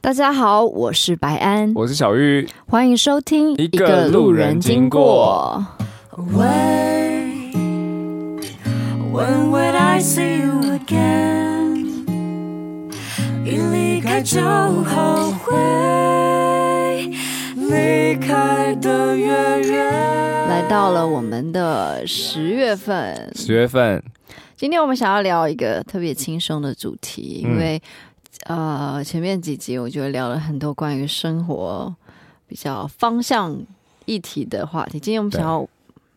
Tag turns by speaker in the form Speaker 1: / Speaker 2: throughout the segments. Speaker 1: 大家好，我是白安，
Speaker 2: 我是小玉，
Speaker 1: 欢迎收听
Speaker 2: 一个路人经过。
Speaker 3: Wait, when would I see you again？一离开就后悔，离开的越远。
Speaker 1: 来到了我们的十月份，
Speaker 2: 十月份，
Speaker 1: 今天我们想要聊一个特别轻松的主题，
Speaker 2: 嗯
Speaker 1: 因为、呃，前面几集我觉得聊了很多关于生活比较方向议题的话题，今天我们
Speaker 2: 对
Speaker 1: 想要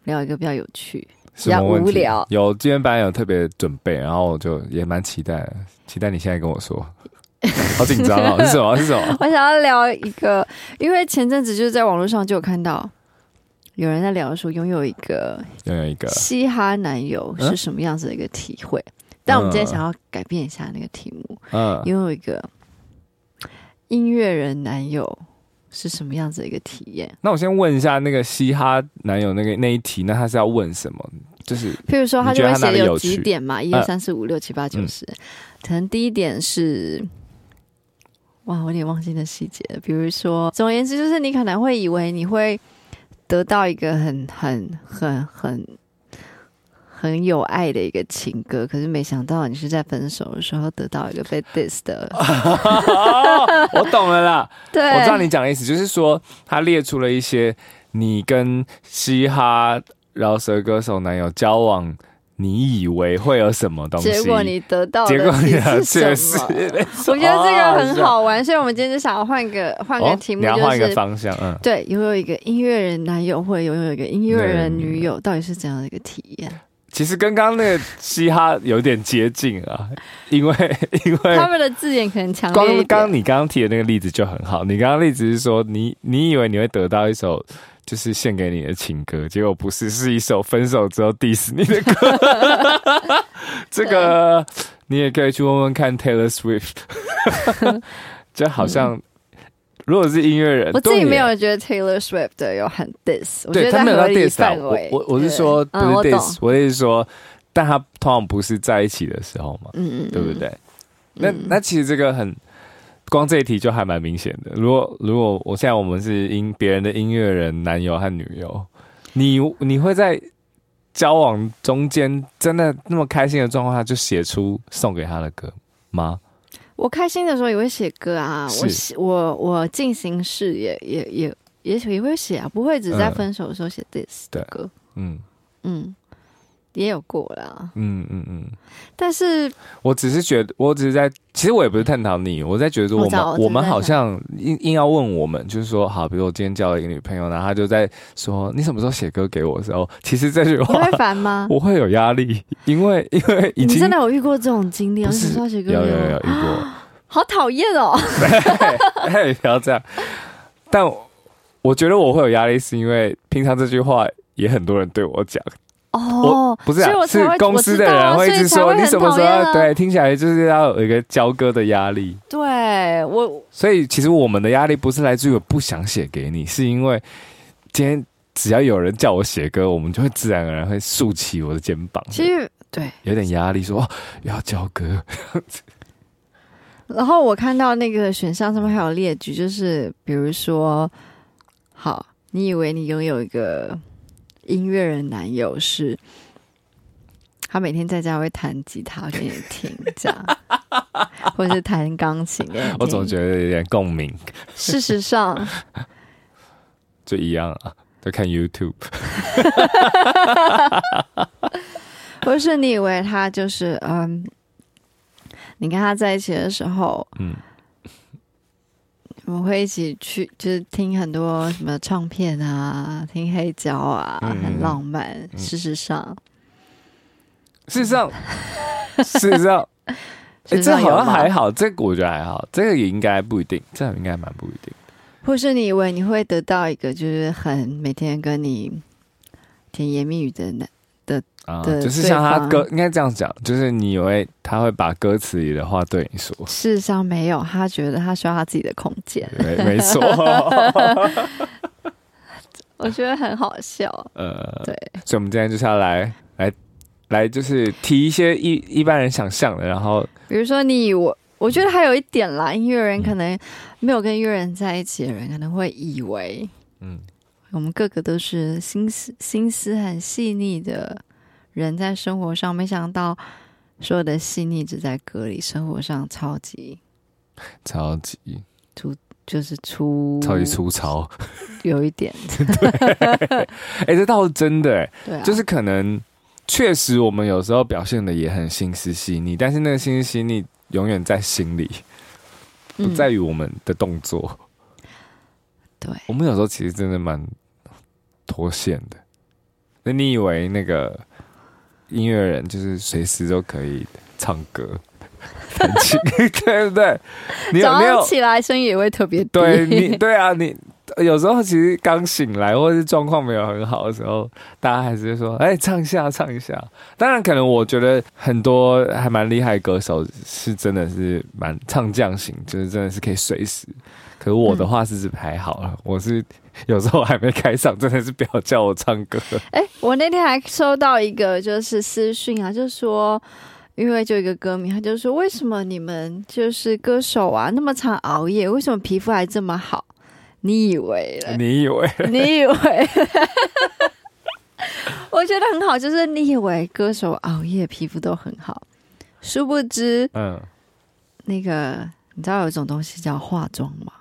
Speaker 1: 聊一个比较有趣，
Speaker 2: 什么问
Speaker 1: 无
Speaker 2: 题？
Speaker 1: 聊
Speaker 2: 有今天班有特别准备，然后我就也蛮期待的，期待你现在跟我 说。好紧张哦，是什么？是什么？
Speaker 1: 我想要聊一个，因为前阵子就是在网络上就有看到有人在聊说拥有一个
Speaker 2: 又有一个嗯
Speaker 1: 嘻哈男友是什么样子的一个体会。但我们今天想要改变一下那个题目，
Speaker 2: 嗯，
Speaker 1: 拥有一个音乐人男友是什么样子的一个体验？
Speaker 2: 那我先问一下那个嘻哈男友那个那一题，那他是要问什么？就是
Speaker 1: 譬如说，他就会写的有几点嘛，一
Speaker 2: 觉得
Speaker 1: 二
Speaker 2: 他
Speaker 1: 三四五六七八九十，可能第一点是。
Speaker 2: 嗯
Speaker 1: 哇，我有点忘记那细节了。比如说，总而言之，就是你可能会以为你会得到一个很、很、很、很、很有爱的一个情歌，可是没想到你是在分手的时候得到一个被 diss 的。
Speaker 2: 哦我懂 了啦，
Speaker 1: 对，
Speaker 2: 我知道你讲的意思，就是说他列出了一些你跟嘻哈饶舌歌手男友交往，你以为会有什么东西，
Speaker 1: 结果你得到的
Speaker 2: 结果你
Speaker 1: 是什
Speaker 2: 确实
Speaker 1: 么？，我觉得这个很好玩，所以我们今天就想要换个换个
Speaker 2: 哦
Speaker 1: 题目，
Speaker 2: 你要
Speaker 1: 就
Speaker 2: 换一个
Speaker 1: 是
Speaker 2: 方向，嗯，
Speaker 1: 对拥有一个音乐人男友或者拥有一个音乐人
Speaker 2: 嗯
Speaker 1: 女友，到底是怎样的一个体验？
Speaker 2: 其实跟刚刚那个嘻哈有点接近啊， 因为因
Speaker 1: 他
Speaker 2: 为。
Speaker 1: 们的字眼可能强
Speaker 2: 光
Speaker 1: 烈一
Speaker 2: 哎刚
Speaker 1: 点。
Speaker 2: 刚你刚刚提的那个例子就很好，你刚刚例子是说你你以为你会得到一首就是献给你的情歌，结果不是，是一首分手之后 diss 你的歌。 这个你也可以去问问看 Taylor Swift，就 好像、如果是音乐人，啊
Speaker 1: 我自己
Speaker 2: 对
Speaker 1: 没
Speaker 2: 耶
Speaker 1: 有觉得 Taylor Swift 的有很 diss，我觉
Speaker 2: 对
Speaker 1: 得
Speaker 2: 他
Speaker 1: 在
Speaker 2: 没有到
Speaker 1: 合理
Speaker 2: diss 啊
Speaker 1: 范
Speaker 2: 我
Speaker 1: 围。
Speaker 2: 我我是
Speaker 1: 对
Speaker 2: 说不是
Speaker 1: 嗯，我懂，
Speaker 2: diss，、我的意思是说，但他通常不是在一起的时候嘛，
Speaker 1: 嗯嗯，
Speaker 2: 对不
Speaker 1: 嗯？
Speaker 2: 对？那那其实这个很，光这一题就还蛮明显的。如果如果我现在我们是音别人的音乐人男友和女友，你你会在交往中间真的那么开心的状况下就写出送给他的歌吗？
Speaker 1: 我开心的时候也会写歌啊，我
Speaker 2: 是
Speaker 1: 写我我进行式也也也也许也会写啊，不会只在
Speaker 2: 嗯
Speaker 1: 分手的时候写 diss 的
Speaker 2: 对
Speaker 1: 歌。
Speaker 2: 嗯
Speaker 1: 嗯，也有过啦，
Speaker 2: 嗯嗯嗯，
Speaker 1: 但是
Speaker 2: 我只是觉得，我只是在，其实我也不是探讨你，我在觉得说
Speaker 1: 我
Speaker 2: 我
Speaker 1: 知
Speaker 2: 们
Speaker 1: 道我
Speaker 2: 我
Speaker 1: 知道
Speaker 2: 们好像硬硬要问我们，就是说，好，比如我今天交了一个女朋友，然后她就在说你什么时候写歌给我的时候，其实这句
Speaker 1: 你
Speaker 2: 话
Speaker 1: 会烦吗？
Speaker 2: 我会有压力，因为因为已
Speaker 1: 你
Speaker 2: 经
Speaker 1: 真的有遇过这种经历啊？
Speaker 2: 不
Speaker 1: 你
Speaker 2: 是
Speaker 1: 说写歌
Speaker 2: 有有有有
Speaker 1: 吗
Speaker 2: 遇过，
Speaker 1: 好讨厌哦！
Speaker 2: 嘿嘿不要这样。但我我觉得我会有压力，是因为平常这句话也很多人对我讲，
Speaker 1: 哦，
Speaker 2: 不是、
Speaker 1: 所以
Speaker 2: 啊，
Speaker 1: 我
Speaker 2: 是
Speaker 1: 才会
Speaker 2: 公司的人
Speaker 1: 我
Speaker 2: 会
Speaker 1: 知
Speaker 2: 一
Speaker 1: 道啊
Speaker 2: 直说你什么时候
Speaker 1: 所以才会很
Speaker 2: 要
Speaker 1: 讨厌啊
Speaker 2: 对，听起来就是要有一个交割的压力。
Speaker 1: 对我
Speaker 2: 所以其实我们的压力不是来自于我不想写给你，是因为今天只要有人叫我写歌，我们就会自然而然会竖起我的肩膀，
Speaker 1: 其实对。
Speaker 2: 有点压力说，哦要交歌，
Speaker 1: 然后我看到那个选项上面还有列举，就是比如说，好，你以为你拥有一个音乐人男友是，他每天在家会弹吉他给你听，这样，或者是弹钢琴给你听。
Speaker 2: 我总觉得有点共鸣，
Speaker 1: 事实上，
Speaker 2: 就一样啊，都看 YouTube。
Speaker 1: 或是你以为他就是嗯，你跟他在一起的时候，
Speaker 2: 嗯，
Speaker 1: 我们会一起去，就是听很多什么唱片啊，听黑胶啊，
Speaker 2: 嗯
Speaker 1: 很浪漫。
Speaker 2: 嗯
Speaker 1: 事实上，
Speaker 2: 事实 上，事实上，哎、
Speaker 1: 事实
Speaker 2: 这
Speaker 1: 上
Speaker 2: 好
Speaker 1: 有
Speaker 2: 像
Speaker 1: 吗
Speaker 2: 还好，这个我觉得还好，这个也应该不一定，这应该蛮不一定。
Speaker 1: 或是你以为你会得到一个就是很每天跟你甜言蜜语的男，
Speaker 2: 啊，
Speaker 1: 对
Speaker 2: 就是像他
Speaker 1: 对
Speaker 2: 歌，应该这样讲，就是你以为他会把歌词里的话对 你说，
Speaker 1: 事实上没有，他觉得他需要他自己的空间，
Speaker 2: 对，没错，
Speaker 1: 我觉得很好笑。
Speaker 2: 呃，
Speaker 1: 对，
Speaker 2: 所以我们今天就是要来来来，就是提一些一一般人想象的，然后
Speaker 1: 比如说你以为我觉得还有一点啦，音乐人可
Speaker 2: 嗯
Speaker 1: 能没有跟音乐人在一起的人，可能会以为
Speaker 2: 嗯，
Speaker 1: 我们个个都是心思心思很细腻的人，在生活上，没想到所有的细腻只在歌里，生活上超级
Speaker 2: 超级
Speaker 1: 嗯就是粗，
Speaker 2: 超级粗糙，
Speaker 1: 有一 点，
Speaker 2: 哎、这倒是真的、哎，
Speaker 1: 对啊，
Speaker 2: 就是可能确实我们有时候表现的也很心思细腻，但是那个心思细腻永远在心里，不
Speaker 1: 嗯
Speaker 2: 在于我们的动作。
Speaker 1: 对
Speaker 2: 我们有时候其实真的蛮脱线的。那你以为那个音乐人就是随时都可以唱 歌、 弹琴，对不对？你有
Speaker 1: 早
Speaker 2: 没有
Speaker 1: 上起来声音也会特别低，
Speaker 2: 对 你，对啊，你有时候其实刚醒来或者是状况没有很好的时候，大家还是说，哎、唱一下，唱一下。当然，可能我觉得很多还蛮厉害的歌手是真的是蛮唱将型，就是真的是可以随时。可是我的话是是还好了，我是有时候还没开嗓，真的是不要叫我唱歌。
Speaker 1: 哎、我那天还收到一个就是私讯啊，就说，因为就有一个歌迷，他就说，为什么你们就是歌手啊那么常熬夜，为什么皮肤还这么好？你以为嘞？
Speaker 2: 你以为？
Speaker 1: 你以为？我觉得很好，就是你以为歌手熬夜皮肤都很好，殊不知
Speaker 2: 嗯，
Speaker 1: 那个你知道有一种东西叫化妆吗？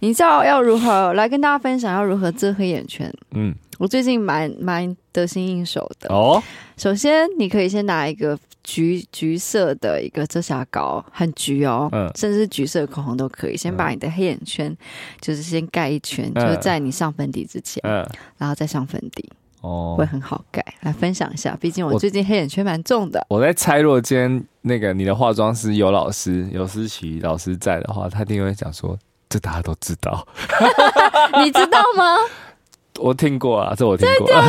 Speaker 1: 你知道要如何来跟大家分享要如何遮黑眼圈？
Speaker 2: 嗯，
Speaker 1: 我最近蛮蛮得心应手的。
Speaker 2: 哦，
Speaker 1: 首先，你可以先拿一个橘橘色的一个遮瑕膏，很橘哦，
Speaker 2: 嗯
Speaker 1: 甚至是橘色口红都可以。先把你的黑眼圈就是先盖一圈，
Speaker 2: 嗯
Speaker 1: 就是在你上粉底之前，
Speaker 2: 嗯，
Speaker 1: 然后再上粉底，
Speaker 2: 哦
Speaker 1: 会，很好盖。来分享一下，毕竟我
Speaker 2: 我
Speaker 1: 最近黑眼圈蛮重的。
Speaker 2: 我在猜，若今天那个你的化妆师有老师有思琪老师在的话，他一定会讲说，这大家都知道，
Speaker 1: 你知道吗？
Speaker 2: 我听过啊，这我听过。对啊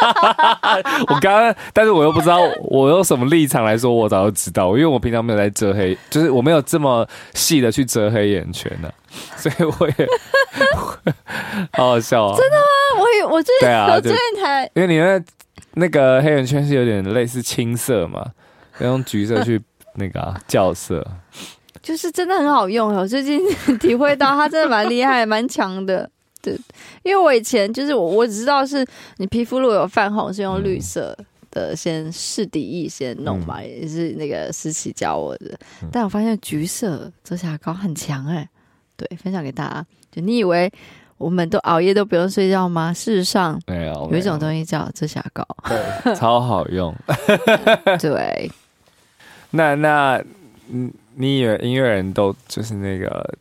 Speaker 2: 我刚刚，但是我又不知道我用什么立场来说，我早就知道，因为我平常没有在遮黑，就是我没有这么细的去遮黑眼圈呢、 所以我也好好笑啊，真的，
Speaker 1: 啊我以我最近、
Speaker 2: 对啊
Speaker 1: 我最
Speaker 2: 就
Speaker 1: 近才
Speaker 2: 因为你那那个黑眼圈是有点类似青色嘛，要用橘色去那个、啊、校色。
Speaker 1: 就是真的很好用哦，我最近体会到它真的蛮厉害、蛮强的。 对，因为我以前就是我我只知道是你皮肤如果有泛红是用绿色的先试底液先弄
Speaker 2: 嗯
Speaker 1: 嘛，也是那个思琪教我的。但我发现橘色遮瑕膏很强哎、对，分享给大家。就你以为我们都熬夜都不用睡觉吗？事实上
Speaker 2: 没有，
Speaker 1: 有一种
Speaker 2: 没
Speaker 1: 东西叫遮瑕 膏。
Speaker 2: 对，超好用。
Speaker 1: 对，
Speaker 2: 那那，嗯，你以为音乐人都就是那个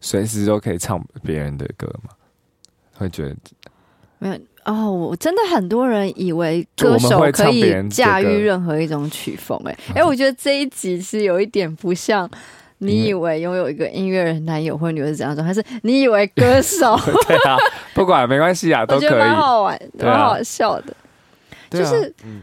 Speaker 2: 随时都可以唱别人的歌吗？会觉 得
Speaker 1: 没有哦，我真的很多人以为
Speaker 2: 就我
Speaker 1: 歌
Speaker 2: 们
Speaker 1: 手
Speaker 2: 会
Speaker 1: 可
Speaker 2: 唱别
Speaker 1: 以
Speaker 2: 人的
Speaker 1: 驾驭
Speaker 2: 歌
Speaker 1: 任何一种曲风、欸，
Speaker 2: 嗯
Speaker 1: 哎、我觉得这一集是有一点不像。
Speaker 2: 音
Speaker 1: 你
Speaker 2: 乐
Speaker 1: 以为拥有一个音乐人男友或女友是怎样的状态？还是你以为歌手？
Speaker 2: 对啊，不管没关系啊，
Speaker 1: 我
Speaker 2: 都可
Speaker 1: 觉得蛮
Speaker 2: 以。
Speaker 1: 好玩，
Speaker 2: 对
Speaker 1: 蛮
Speaker 2: 啊
Speaker 1: 好笑的。
Speaker 2: 对啊
Speaker 1: 就是
Speaker 2: 嗯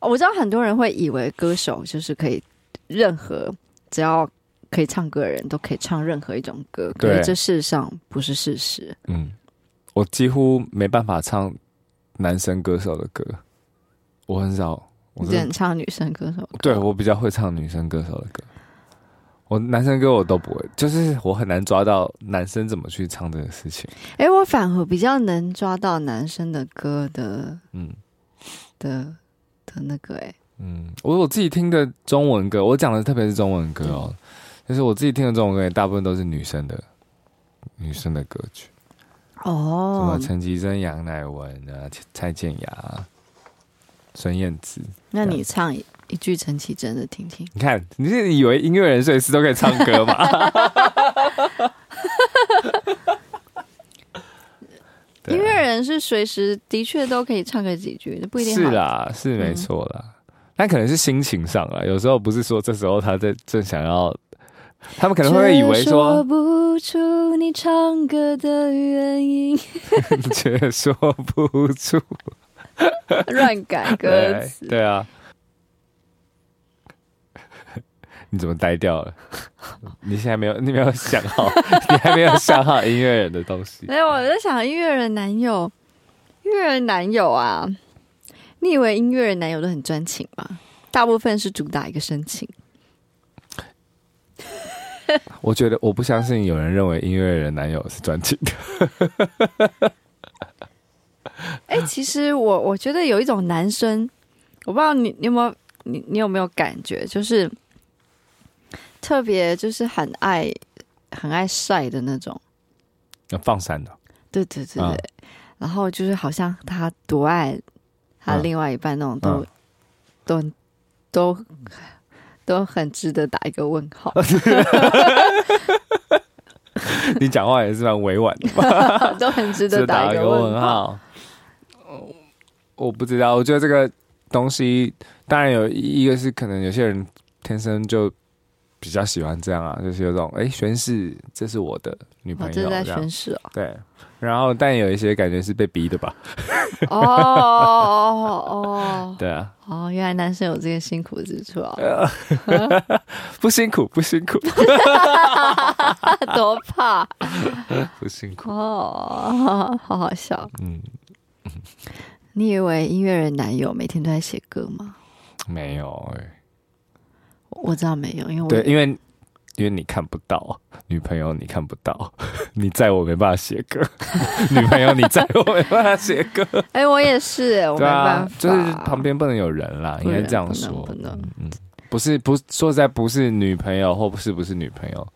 Speaker 1: 我知道很多人会以为歌手就是可以任何只要可以唱歌的人都可以唱任何一种歌，可是
Speaker 2: 对
Speaker 1: 这事实上不是事实。
Speaker 2: 嗯，我几乎没办法唱男生歌手的歌，我很少，我
Speaker 1: 你
Speaker 2: 真的
Speaker 1: 只能唱女生歌手歌，
Speaker 2: 对我比较会唱女生歌手的歌，我男生歌我都不会，就是我很难抓到男生怎么去唱这个事情。
Speaker 1: 哎、我反而比较能抓到男生的歌的
Speaker 2: 嗯。
Speaker 1: 的的那个、欸，
Speaker 2: 嗯，我我自己听的中文歌，我讲的特别是中文歌哦，
Speaker 1: 嗯
Speaker 2: 就是我自己听的中文歌也大部分都是女生的，女生的歌曲，什么
Speaker 1: 哦，
Speaker 2: 陈绮贞、杨乃文啊、蔡健雅啊、孙燕姿。
Speaker 1: 那你唱一一句陈绮贞的听听，
Speaker 2: 你看，你是以为音乐人随时都可以唱 歌吗？对啊
Speaker 1: 音乐人是随时的确都可以唱个几句，不一定
Speaker 2: 是
Speaker 1: 好
Speaker 2: 啦，是没
Speaker 1: 嗯
Speaker 2: 错啦，但可能是心情上啊，有时候不是说这时候他在正想要，他们可能会以为
Speaker 1: 却
Speaker 2: 说
Speaker 1: 说不出你唱歌的原 因，
Speaker 2: 却说不出
Speaker 1: 乱改歌
Speaker 2: 对
Speaker 1: 词。
Speaker 2: 对啊， 你怎么呆掉了？你现在没有，你没有想好， 你还没有想好音乐人的东西。
Speaker 1: 没有，我在想音乐人男友，音乐人男友啊，你以为音乐人男友都很专情吗？大部分是主打一个深情，
Speaker 2: 我觉得我不相信有人认为音乐人男友是专情的。
Speaker 1: 哎、其实我我觉得有一种男生，我不知道你你有没有你你有没有感觉，就是特别就是很爱很爱晒的那种，
Speaker 2: 那放闪的，
Speaker 1: 对对对对，
Speaker 2: 啊
Speaker 1: 然后就是好像他多爱他
Speaker 2: 啊
Speaker 1: 另外一半那种都、
Speaker 2: 啊
Speaker 1: 都都都很值得打一个问号。
Speaker 2: 你讲话也是蛮委婉的吧？
Speaker 1: 都很值得
Speaker 2: 只
Speaker 1: 打一个问号。
Speaker 2: 号。哦我不知道，我觉得这个东西当然有一个是可能有些人天生就比较喜欢这样啊，就是有种哎、诶宣誓这是我的女
Speaker 1: 我
Speaker 2: 朋
Speaker 1: 这
Speaker 2: 友
Speaker 1: 是在
Speaker 2: 这样
Speaker 1: 宣誓哦！
Speaker 2: 对。然后，但有一些感觉是被逼的吧？
Speaker 1: 哦哦哦
Speaker 2: 对啊，
Speaker 1: 哦哦，原来男生有这个辛苦之处哦，
Speaker 2: 不辛苦，不辛苦，
Speaker 1: 多怕
Speaker 2: 不辛苦。
Speaker 1: 哦， 好好笑。
Speaker 2: 嗯，
Speaker 1: 你以为音乐人男友每天都在写歌吗？
Speaker 2: 没有、诶
Speaker 1: 我知道没有，因为我
Speaker 2: 对，因为因为你看不到女朋友，你看不到， 你在我没办法写歌， 女朋友你在我没办法写歌，
Speaker 1: 哎、我也是，我没
Speaker 2: 对
Speaker 1: 办
Speaker 2: 啊
Speaker 1: 法，，
Speaker 2: 就是旁边不能有人啦，
Speaker 1: 不
Speaker 2: 应
Speaker 1: 能
Speaker 2: 该这样说，
Speaker 1: 不能不能
Speaker 2: 嗯嗯，不是不说实在不是女朋友或不是不是女朋友，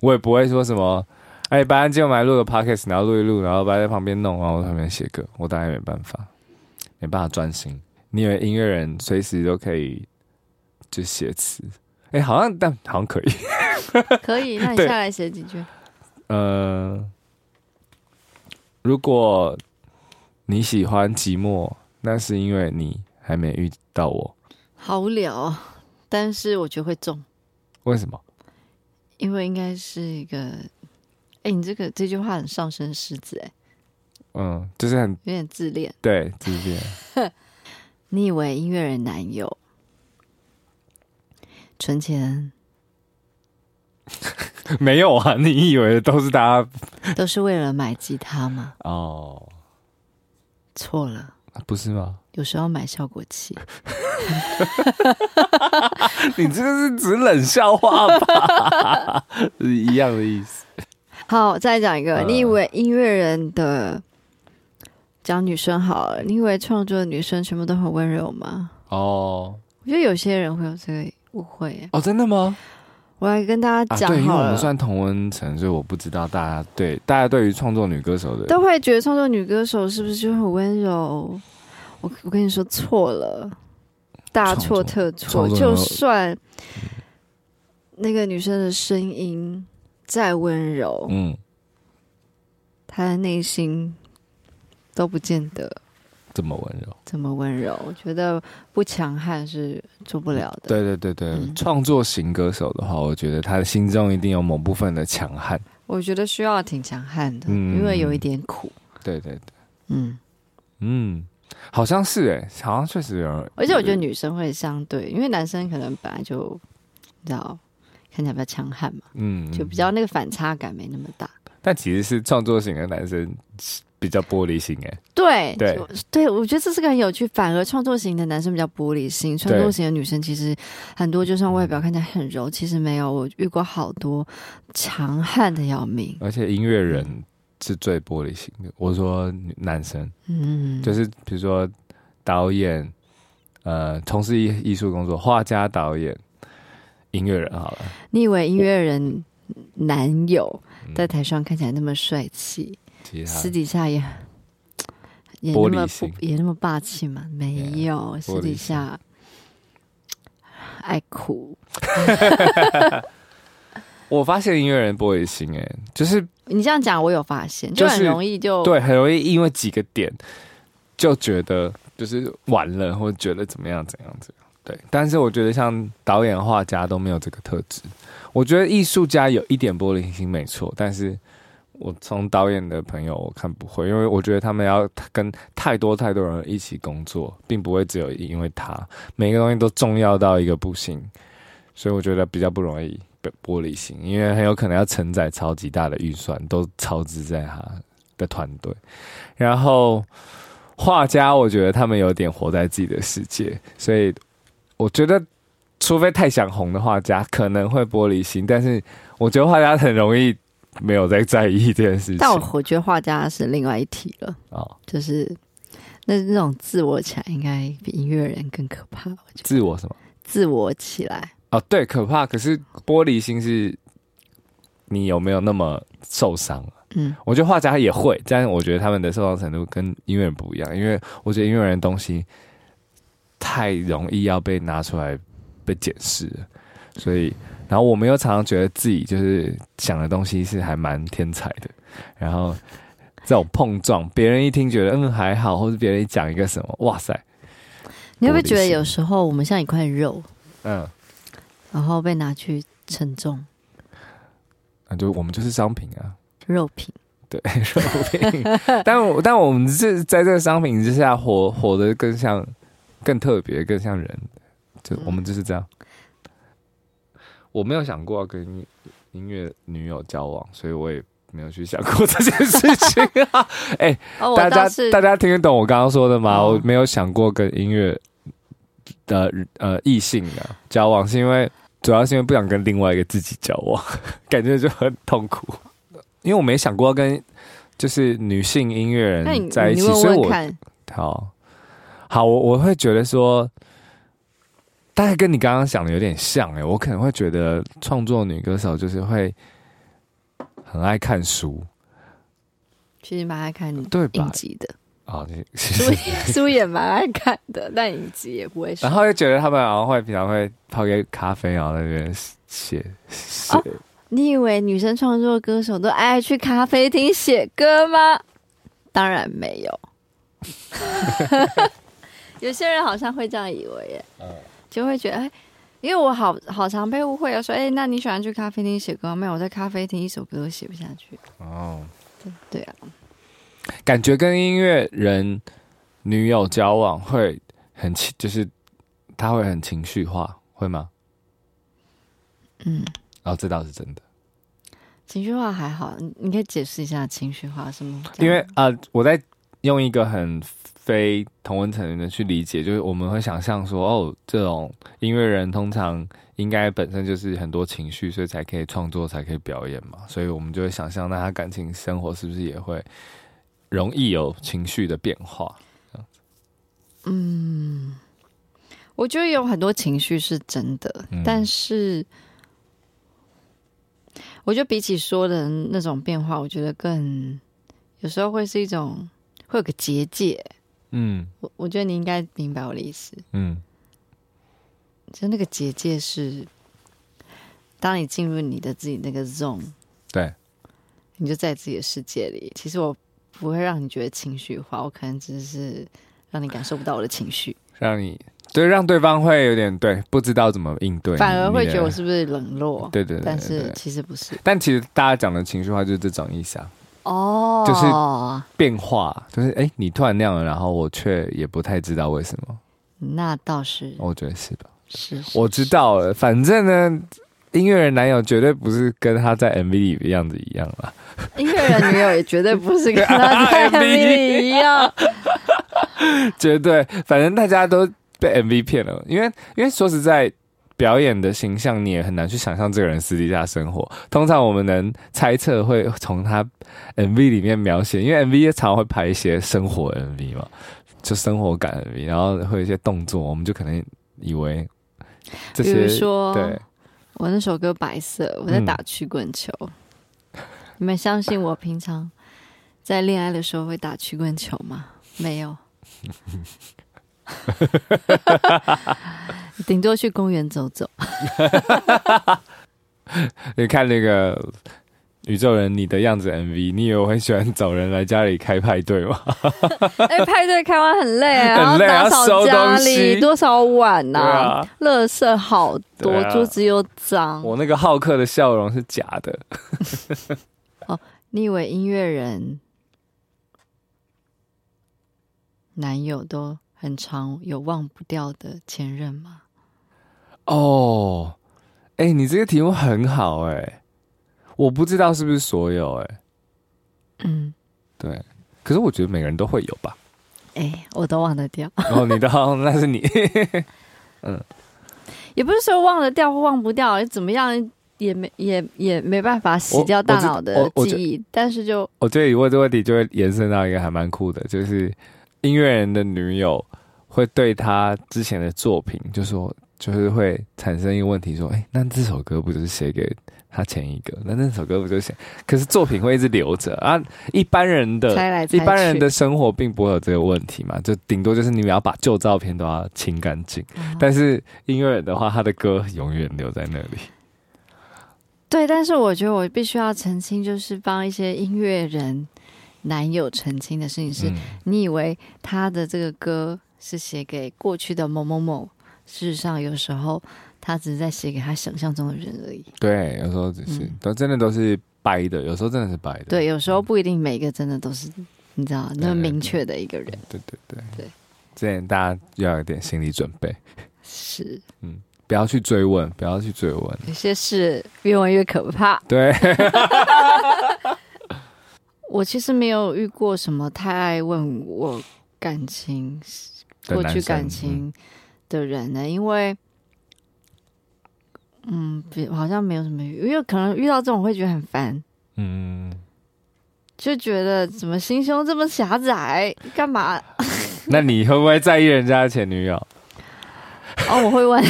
Speaker 2: 我也不会说什么。哎，白安今天我们来录个 podcast，然后录一录，然后白安在旁边弄，然后我在旁边写歌，我当然没办法，没办法专心。你以为音乐人随时都可以就写词？哎，好像但好像可以，
Speaker 1: 可以。那你
Speaker 2: 对
Speaker 1: 下来写几句？
Speaker 2: 呃，如果你喜欢寂寞，那是因为你还没遇到我。
Speaker 1: 好无聊、哦，但是我觉得会中，
Speaker 2: 为什么？
Speaker 1: 因为应该是一个。哎、你这个这句话很上升狮子，哎，
Speaker 2: 嗯，就是很
Speaker 1: 有点自恋。
Speaker 2: 对自恋。
Speaker 1: 你以为音乐人男友存钱
Speaker 2: 没有啊，你以为都是大家
Speaker 1: 都是为了买吉他吗？
Speaker 2: 哦？
Speaker 1: 错了，
Speaker 2: 啊不是吗？
Speaker 1: 有时候买效果器。
Speaker 2: 你这个是指冷笑话吧？是一样的意思。
Speaker 1: 好，再讲一个，
Speaker 2: 嗯
Speaker 1: 你以为音乐人的讲女生好了，你以为创作的女生全部都很温柔吗？
Speaker 2: 哦
Speaker 1: 我觉得有些人会有这个误会耶。
Speaker 2: 哦，真的吗？
Speaker 1: 我来跟大家
Speaker 2: 啊，
Speaker 1: 讲
Speaker 2: 对，因为
Speaker 1: 好
Speaker 2: 我
Speaker 1: 了，
Speaker 2: 们算同温层，所以我不知道大家对大家对于创作女歌手的
Speaker 1: 都会觉得创作女歌手是不是就很温柔？我我跟你说错了，大错
Speaker 2: 创作
Speaker 1: 特错。
Speaker 2: 创作
Speaker 1: 就
Speaker 2: 人
Speaker 1: 算那个女生的声音再温柔，
Speaker 2: 嗯，
Speaker 1: 她的内心都不见得
Speaker 2: 这么温柔。
Speaker 1: 这么温柔。我觉得不强悍是做不了的。
Speaker 2: 嗯对对对对，
Speaker 1: 嗯
Speaker 2: 创、作型歌手的话，我觉得他的心中一定有某部分的强悍。
Speaker 1: 我觉得需要挺强悍的，
Speaker 2: 嗯
Speaker 1: 因为有一点苦。
Speaker 2: 对对对，
Speaker 1: 嗯，
Speaker 2: 嗯，好像是哎、好像确实有人。
Speaker 1: 而且我觉得女生会相对，因为男生可能本来就你知道看起来比较强悍嘛。
Speaker 2: 嗯，嗯
Speaker 1: 就比较那个反差感没那么大。
Speaker 2: 但其实是创作型的男生比较玻璃心哎、
Speaker 1: 对
Speaker 2: 对
Speaker 1: 就对，我觉得这是个很有趣。反而创作型的男生比较玻璃心，创作型的女生其实很多，就算外表看起来很柔，其实没有。我遇过好多强悍的要命，
Speaker 2: 而且音乐人是最玻璃心的。我说女男生
Speaker 1: 嗯，
Speaker 2: 就是比如说导演，呃，从事艺艺术工作，画家、导演、音乐人好了，
Speaker 1: 你以为音乐人男友
Speaker 2: 嗯
Speaker 1: 在台上看起来那么帅气，
Speaker 2: 其他
Speaker 1: 私底下也也
Speaker 2: 玻
Speaker 1: 那
Speaker 2: 璃
Speaker 1: 么不
Speaker 2: 心
Speaker 1: 也那么霸气吗？没有私
Speaker 2: 玻璃
Speaker 1: 底
Speaker 2: 心
Speaker 1: 下爱哭。
Speaker 2: 我发现音乐人玻璃心哎、就是
Speaker 1: 你这样讲，我有发现，
Speaker 2: 就
Speaker 1: 就是很容易就
Speaker 2: 对，很容易因为几个点就觉得就是完了，或者觉得怎么样怎样怎样。对，但是我觉得像导演、画家都没有这个特质。我觉得艺术家有一点玻璃心没错，但是我从导演的朋友我看不会，因为我觉得他们要跟太多太多人一起工作，并不会只有因为他每个东西都重要到一个不行，所以我觉得比较不容易被玻璃心，因为很有可能要承载超级大的预算，都超支在他的团队。然后画家，我觉得他们有点活在自己的世界，所以我觉得除非太想红的画家可能会玻璃心，但是我觉得画家很容易没有在在意这件事情。
Speaker 1: 但我我觉得画家是另外一体了，
Speaker 2: 哦，
Speaker 1: 就是那那种自我起来，应该比音乐人更可怕。我觉得
Speaker 2: 自我什么？
Speaker 1: 自我起来，
Speaker 2: 哦，对，可怕。可是玻璃心是你有没有那么受伤？啊
Speaker 1: 嗯，
Speaker 2: 我觉得画家也会，但我觉得他们的受伤程度跟音乐人不一样，因为我觉得音乐人的东西太容易要被拿出来被检视了，所以，然后我们又常常觉得自己就是想的东西是还蛮天才的，然后这种碰撞，别人一听觉得嗯还好，或者别人一讲一个什么，哇塞，
Speaker 1: 你会不会
Speaker 2: 玻璃
Speaker 1: 觉得
Speaker 2: 心
Speaker 1: 有时候我们像一块肉，
Speaker 2: 嗯，
Speaker 1: 然后被拿去称重
Speaker 2: 那就我们就是商品啊，
Speaker 1: 肉品？
Speaker 2: 对，肉品。但我但我们是在这个商品之下活活得更像、更特别、更像人，就我们就是这样。嗯我没有想过要跟音音乐女友交往，所以我也没有去想过这件事情啊。
Speaker 1: 哦，
Speaker 2: 大
Speaker 1: 我
Speaker 2: 家
Speaker 1: 倒是
Speaker 2: 大家听得懂我刚刚说的吗？
Speaker 1: 哦
Speaker 2: 我没有想过跟音乐的呃异性啊交往，是因为主要是因为不想跟另外一个自己交往， 感觉就很痛苦。因为我没想过要跟就是女性音乐
Speaker 1: 那你
Speaker 2: 人在一起，
Speaker 1: 你问
Speaker 2: 所以
Speaker 1: 问
Speaker 2: 我
Speaker 1: 看，
Speaker 2: 好好我我会觉得说，大概跟你刚刚想的有点像哎、我可能会觉得创作女歌手就是会很爱看书，
Speaker 1: 其实蛮爱看
Speaker 2: 对吧
Speaker 1: 影集的，
Speaker 2: 啊，你
Speaker 1: 书也 书也蛮爱看的，但影集也不会少
Speaker 2: 然。后就觉得他们好像会平常会泡个咖啡，然后在那边写写
Speaker 1: 哦你以为女生创作歌手都爱去咖啡厅写歌吗？当然没 有， 有些人好像会这样以为耶，
Speaker 2: 嗯
Speaker 1: 就会觉得，哎，因为我好好常被误会啊，说，哎，那你喜欢去咖啡厅写歌吗？没有，我在咖啡厅一首歌都写不下去。
Speaker 2: 哦，
Speaker 1: 对对啊，
Speaker 2: 感觉跟音乐人女友交往会很情，就是他会很情绪化，会吗？
Speaker 1: 嗯，
Speaker 2: 哦，这倒是真的，
Speaker 1: 情绪化还好，你你可以解释一下情绪化什么？
Speaker 2: 因为啊、呃我在用一个很非同文层的去理解，就是我们会想象说，哦，这种音乐人通常应该本身就是很多情绪，所以才可以创作，才可以表演嘛。所以我们就会想象，那他感情生活是不是也会容易有情绪的变化？
Speaker 1: 嗯我觉得有很多情绪是真的，
Speaker 2: 嗯
Speaker 1: 但是我觉得比起说的那种变化，我觉得更有时候会是一种会有个结界。
Speaker 2: 嗯
Speaker 1: 我我觉得你应该明白我的意思，
Speaker 2: 嗯
Speaker 1: 就那个结界是，当你进入你的自己那个 zone，
Speaker 2: 对，
Speaker 1: 你就在自己的世界里。其实我不会让你觉得情绪化，我可能只是让你感受不到我的情绪，
Speaker 2: 让你对让对方会有点对不知道怎么应对，
Speaker 1: 反而
Speaker 2: 你
Speaker 1: 会
Speaker 2: 的
Speaker 1: 觉得我是不是冷落？
Speaker 2: 对对对，
Speaker 1: 但
Speaker 2: 对
Speaker 1: 是
Speaker 2: 对
Speaker 1: 其实不是。
Speaker 2: 但其实大家讲的情绪化就是这种意思啊。
Speaker 1: 哦，
Speaker 2: 就是变化，就是哎、诶你突然那样了，然后我却也不太知道为什么，
Speaker 1: 那倒是
Speaker 2: 我觉得是吧？
Speaker 1: 是，是
Speaker 2: 我知道了，反正呢，音乐人男友绝对不是跟他在 MV 里的样子一样啦。
Speaker 1: 是音乐人女友也绝对不是跟他在
Speaker 2: MV
Speaker 1: MV 里一 样，
Speaker 2: 绝对，反正大家都被 MV 骗了，因为因为说实在，表演的形象你也很难去想象这个人私底下生活。通常我们能猜测会从他 MV 里面描写，因为 MV 常常会拍一些生活 MV 嘛，就生活感 MV，然后会有一些动作，我们就可能以为这
Speaker 1: 比
Speaker 2: 些
Speaker 1: 如说
Speaker 2: 对
Speaker 1: 我那首歌《白色》，我在
Speaker 2: 嗯
Speaker 1: 打曲棍球，你们相信我平常在恋爱的时候会打曲棍球吗？没 有， 顶多去公园走走。
Speaker 2: 你看那个。宇宙人，你的样子 MV，你以为我很喜欢找人来家里开派对吗？
Speaker 1: 哎、派对开完很累啊，
Speaker 2: 很累
Speaker 1: 然后打
Speaker 2: 还要
Speaker 1: 扫
Speaker 2: 收
Speaker 1: 家
Speaker 2: 东
Speaker 1: 里
Speaker 2: 西
Speaker 1: 多少碗呐、
Speaker 2: 对啊
Speaker 1: 垃圾好多，
Speaker 2: 对啊
Speaker 1: 桌子又脏。
Speaker 2: 我那个好客的笑容是假的，
Speaker 1: 你以为音乐人男友都很常有忘不掉的前任吗？
Speaker 2: 哦，哎、你这个题目很好哎、我不知道是不是所有哎、
Speaker 1: 嗯，
Speaker 2: 对，可是我觉得每个人都会有吧。哦
Speaker 1: 哎、我都忘得掉。
Speaker 2: 然后你的那是你，
Speaker 1: 也不是说忘得掉或忘不掉，怎么样也没也也没办法洗掉大脑
Speaker 2: 我
Speaker 1: 的
Speaker 2: 我我我
Speaker 1: 记忆，但是就
Speaker 2: 我觉得你问这个问题就会延伸到一个还蛮酷的，就是音乐人的女友会对他之前的作品，就说就是会产生一个问题，说，哎、那这首歌不就是写给他前一个？那那首歌不就是写？可是作品会一直留着啊。一般人的
Speaker 1: 猜来猜
Speaker 2: 一
Speaker 1: 去。
Speaker 2: 般人的生活并不会有这个问题嘛，就顶多就是你们要把旧照片都要清干净。
Speaker 1: 啊
Speaker 2: 但是音乐人的话，他的歌永远留在那里。
Speaker 1: 对，但是我觉得我必须要澄清，就是帮一些音乐人男友澄清的事情是，
Speaker 2: 嗯
Speaker 1: 你以为他的这个歌是写给过去的某某某，事实上有时候他只是在写给他想象中的人而已。
Speaker 2: 对，有时候只是
Speaker 1: 嗯
Speaker 2: 都真的都是掰的，有时候真的是掰的。
Speaker 1: 对，有时
Speaker 2: 嗯
Speaker 1: 候不一定每个真的都是你知道那么明确的一个人。
Speaker 2: 对对对
Speaker 1: 对，
Speaker 2: 之前大家要有点心理准备，
Speaker 1: 是，
Speaker 2: 不要去追问，不要去追问。
Speaker 1: 有些事越问越可怕。
Speaker 2: 对，
Speaker 1: 我其实没有遇过什么太爱问我感情、
Speaker 2: 的
Speaker 1: 过
Speaker 2: 男
Speaker 1: 去
Speaker 2: 生嗯
Speaker 1: 感情的人呢，因为，嗯，比好像没有什么遇，因为可能遇到这种会觉得很烦，
Speaker 2: 嗯，嗯
Speaker 1: 就觉得怎么心胸这么狭窄，干嘛？
Speaker 2: 那你会不会在意人家的前 女友？
Speaker 1: 哦，我会 问，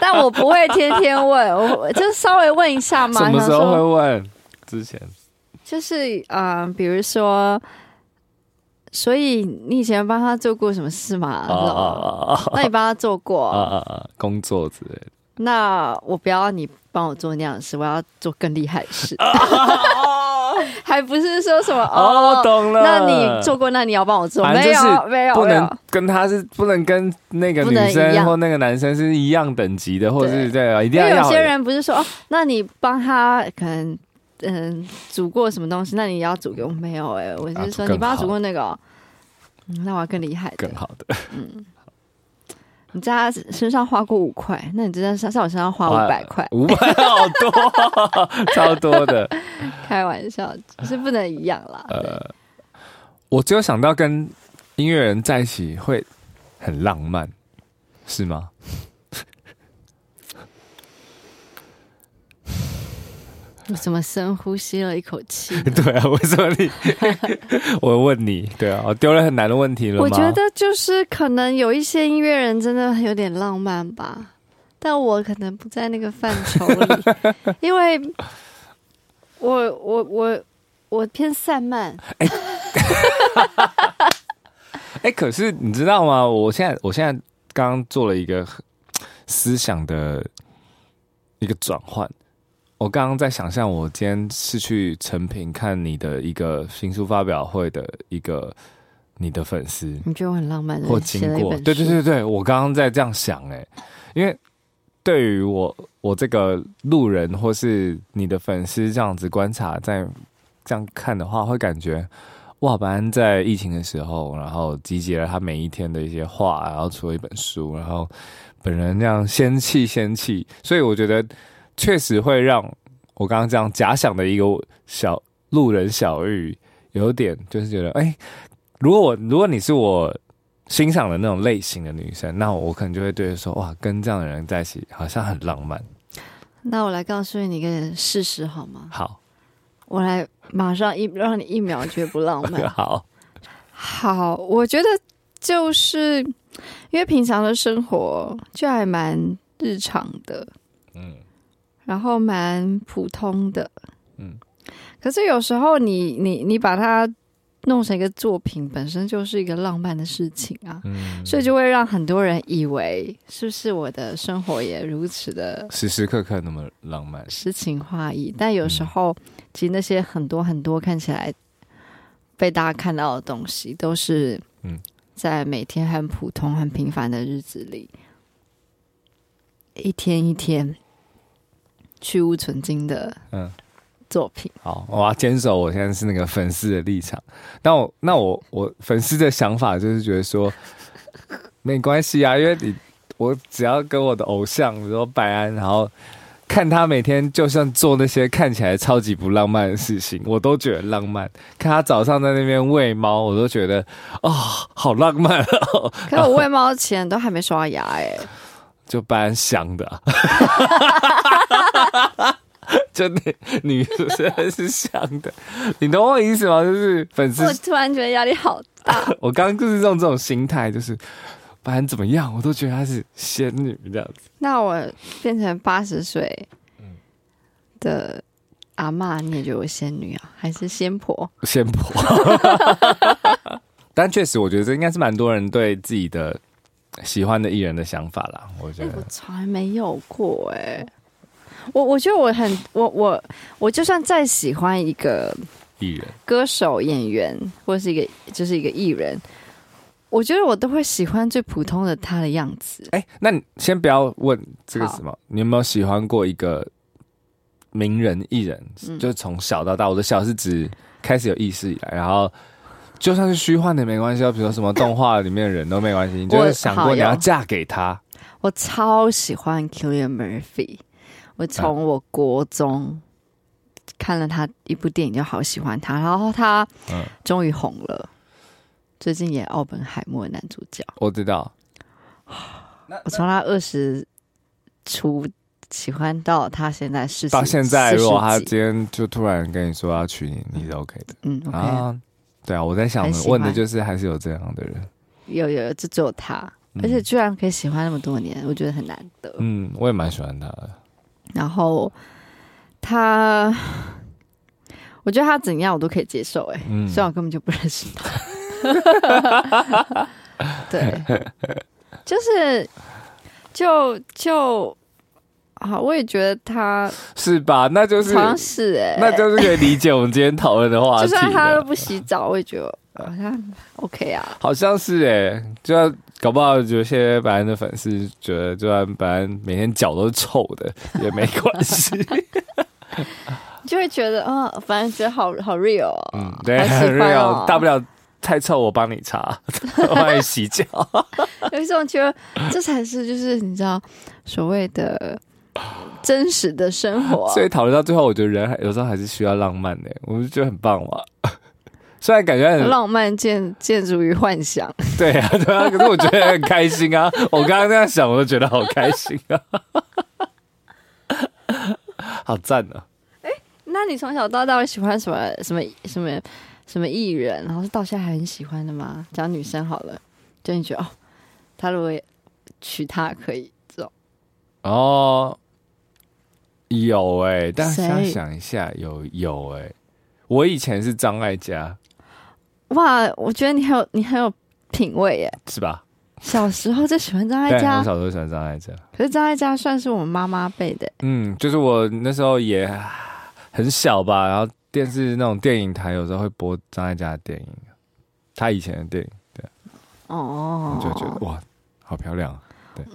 Speaker 1: 但我不会天天问，我就稍微问一下嘛。
Speaker 2: 什么时
Speaker 1: 想
Speaker 2: 候
Speaker 1: 说
Speaker 2: 会问？之前
Speaker 1: 就是嗯、呃比如说，所以你以前帮他做过什么事吗？
Speaker 2: 啊啊
Speaker 1: 哦、
Speaker 2: 啊啊
Speaker 1: 那你帮他做过？
Speaker 2: 啊啊啊！工作之类的。
Speaker 1: 那我不要你帮我做那样的事，我要做更厉害的 事， 还不是说什么
Speaker 2: 哦，我
Speaker 1: 哦。
Speaker 2: 懂了。
Speaker 1: 那你做过，那你要帮我做？
Speaker 2: 反正
Speaker 1: 没
Speaker 2: 就是
Speaker 1: 有，没有，
Speaker 2: 不
Speaker 1: 没
Speaker 2: 能
Speaker 1: 有。
Speaker 2: 跟他是不能跟那个
Speaker 1: 不
Speaker 2: 女
Speaker 1: 能一
Speaker 2: 生
Speaker 1: 样
Speaker 2: 或那个男生是一样等级的，或者是对啊，一定
Speaker 1: 因
Speaker 2: 要
Speaker 1: 为有
Speaker 2: 要
Speaker 1: 些人不是说哦，那你帮他可能嗯煮过什么东西，那你也要煮给我？没有哎、我
Speaker 2: 啊
Speaker 1: 是
Speaker 2: 煮
Speaker 1: 说
Speaker 2: 更
Speaker 1: 你帮他
Speaker 2: 好
Speaker 1: 煮过那个、哦，嗯那我要更厉害的
Speaker 2: 更。好的，
Speaker 1: 你在他身上花过五块，那你就在在我身上花五百块，
Speaker 2: 五百好多，超多的。
Speaker 1: 开玩笑，就是不能一样啦。对
Speaker 2: 呃，我只有想到跟音乐人在一起会很浪漫，是吗？
Speaker 1: 我怎么深呼吸了一口气？
Speaker 2: 对啊，为什么你？ 我问你，对啊，我丢了很难的问题了吗？
Speaker 1: 我觉得就是可能有一些音乐人真的有点浪漫吧，但我可能不在那个范畴里，因为我我我我偏散漫，
Speaker 2: 哎、可是你知道吗？我现在我现在刚刚做了一个思想的一个转换。我刚刚在想象，我今天是去成品看你的一个新书发表会的一个你的粉丝，
Speaker 1: 你觉得我很浪漫的，
Speaker 2: 或
Speaker 1: 写
Speaker 2: 经
Speaker 1: 了一
Speaker 2: 过
Speaker 1: 本，书，
Speaker 2: 对对对对，我刚刚在这样想哎、因为对于我我这个路人或是你的粉丝这样子观察，在这样看的话，会感觉哇，本安在疫情的时候，然后集结了他每一天的一些话，然后出了一本书，然后本人那样仙气仙气，所以我觉得确实会让我刚刚这样假想的一个小路人小玉，有点就是觉得哎。如果我如果你是我欣赏的那种类型的女生，那我可能就会对她说：“哇，跟这样的人在一起好像很浪漫。
Speaker 1: 那我来告诉你一个事实好”吗？
Speaker 2: 好，
Speaker 1: 我来马上一让你一秒觉得不 浪漫。
Speaker 2: 好，
Speaker 1: 好，我觉得就是因为平常的生活就还蛮日常的，
Speaker 2: 嗯
Speaker 1: 然后蛮普通的，
Speaker 2: 嗯
Speaker 1: 可是有时候你你你把它弄成一个作品，本身就是一个浪漫的事情啊，
Speaker 2: 嗯，
Speaker 1: 所以就会让很多人以为是不是我的生活也如此的
Speaker 2: 时时刻刻那么浪漫。
Speaker 1: 诗情画意？但有
Speaker 2: 嗯
Speaker 1: 时候其实那些很多很多看起来被大家看到的东西，都是
Speaker 2: 嗯
Speaker 1: 在每天很普通、很平凡的日子里，一天一天去无存精的
Speaker 2: 嗯
Speaker 1: 作品。
Speaker 2: 好，我要坚守我现在是那个粉丝的立场。那我那我我粉丝的想法就是觉得说， 没关系啊，因为你我只要跟我的偶像，比如说白安，然后看他每天就算做那些看起来超级不浪漫的事情，我都觉得浪漫。看他早上在那边喂猫，我都觉得哦，好浪漫哦，
Speaker 1: 可我喂猫前都还没刷牙哎、
Speaker 2: 就搬香的、 啊。就那女主持人是香的，你懂我意思吗？就是粉丝
Speaker 1: 我突然觉得压力好大。
Speaker 2: 我刚刚就是用这种心态，就是不管怎么样，我都觉得她是仙女这样子。
Speaker 1: 那我变成八十岁
Speaker 2: 嗯
Speaker 1: 的阿嬷，你也觉得我仙女啊，还是仙婆？
Speaker 2: 仙 婆，但确实，我觉得这应该是蛮多人对自己的喜欢的艺人的想法啦。我觉
Speaker 1: 哎、
Speaker 2: 得
Speaker 1: 我从来没有过哎、我我觉得我很我我我就算再喜欢一个
Speaker 2: 艺人
Speaker 1: 歌手、演员，或是一个就是一个艺人，我觉得我都会喜欢最普通的他的样子。
Speaker 2: 哎、那你先不要问这个什么，你有没有喜欢过一个名人艺人？
Speaker 1: 嗯
Speaker 2: 就是从小到大，我的小是指开始有意识以来，然后就算是虚幻的没关系，比如说什么动画里面的人都没关系，你就是想
Speaker 1: 好
Speaker 2: 过
Speaker 1: 有
Speaker 2: 你要嫁给他，
Speaker 1: 我超喜欢 Killian Murphy，我从我国中看了他一部电影就好喜欢他，然后他
Speaker 2: 嗯
Speaker 1: 终于红了，最近演《奥本海默》的男主角。
Speaker 2: 我知道。
Speaker 1: 我从他二十出喜欢到他现在是
Speaker 2: 到现在，如果他
Speaker 1: 几
Speaker 2: 今天就突然跟你说要娶你，你是 OK 的
Speaker 1: 嗯，OK，、
Speaker 2: 啊？对啊，我在想
Speaker 1: 很喜欢
Speaker 2: 问的就是还是有这样的人。
Speaker 1: 有有有，这只有他，
Speaker 2: 嗯
Speaker 1: 而且居然可以喜欢那么多年，我觉得很难得。
Speaker 2: 嗯，我也蛮喜欢他的。
Speaker 1: 然后他，我觉得他怎样我都可以接受、哎、
Speaker 2: 嗯，
Speaker 1: 虽然我根本就不认识 他。对，就是就就啊，我也觉得他
Speaker 2: 是吧？那就是
Speaker 1: 好像是哎、
Speaker 2: 那就是可以理解我们今天讨论的话
Speaker 1: 就
Speaker 2: 题了。
Speaker 1: 算他都不洗澡，我也觉得好像 OK 啊。
Speaker 2: 好像是哎、就要搞不好有些白人的粉丝觉得，就算白人每天脚都是臭 的也没关系。
Speaker 1: 你就会觉得，嗯、反正觉得好好 real，、哦、
Speaker 2: 嗯，对，
Speaker 1: 好喜
Speaker 2: 很
Speaker 1: 欢
Speaker 2: real，
Speaker 1: 哦
Speaker 2: 大不了太臭我帮你擦， 我帮你洗脚。
Speaker 1: 有一种觉得这才是就是你知道所谓的真实的生活 啊。
Speaker 2: 所以讨论到最后，我觉得人还有时候还是需要浪漫的、我们就觉得很棒嘛。 虽然感觉很
Speaker 1: 浪漫建建筑于幻想，
Speaker 2: 对啊，对啊，可是我觉得很开心啊！我刚刚那样想，我都觉得好开心啊， 好赞啊！
Speaker 1: 那你从小到大会喜欢什么什么什么什么艺人，然后到现在还很喜欢的吗？讲女生好了，就你觉得哦，他如果娶她可以这种，
Speaker 2: 哦，有哎、但是
Speaker 1: 谁
Speaker 2: 想想一下，有有哎、我以前是张艾嘉，
Speaker 1: 哇，我觉得你很有你很有品味耶。
Speaker 2: 是吧？
Speaker 1: 小时候就喜欢张艾
Speaker 2: 对，
Speaker 1: 嘉
Speaker 2: 很，小时候喜欢张艾嘉。
Speaker 1: 可是张艾嘉算是我们妈妈辈的，
Speaker 2: 嗯，就是我那时候也很小吧，然后电视那种电影台有时候会播张艾嘉的电影，他以前的电影，
Speaker 1: 哦，
Speaker 2: 你就觉得、哇，好漂亮、啊。
Speaker 1: 嗯，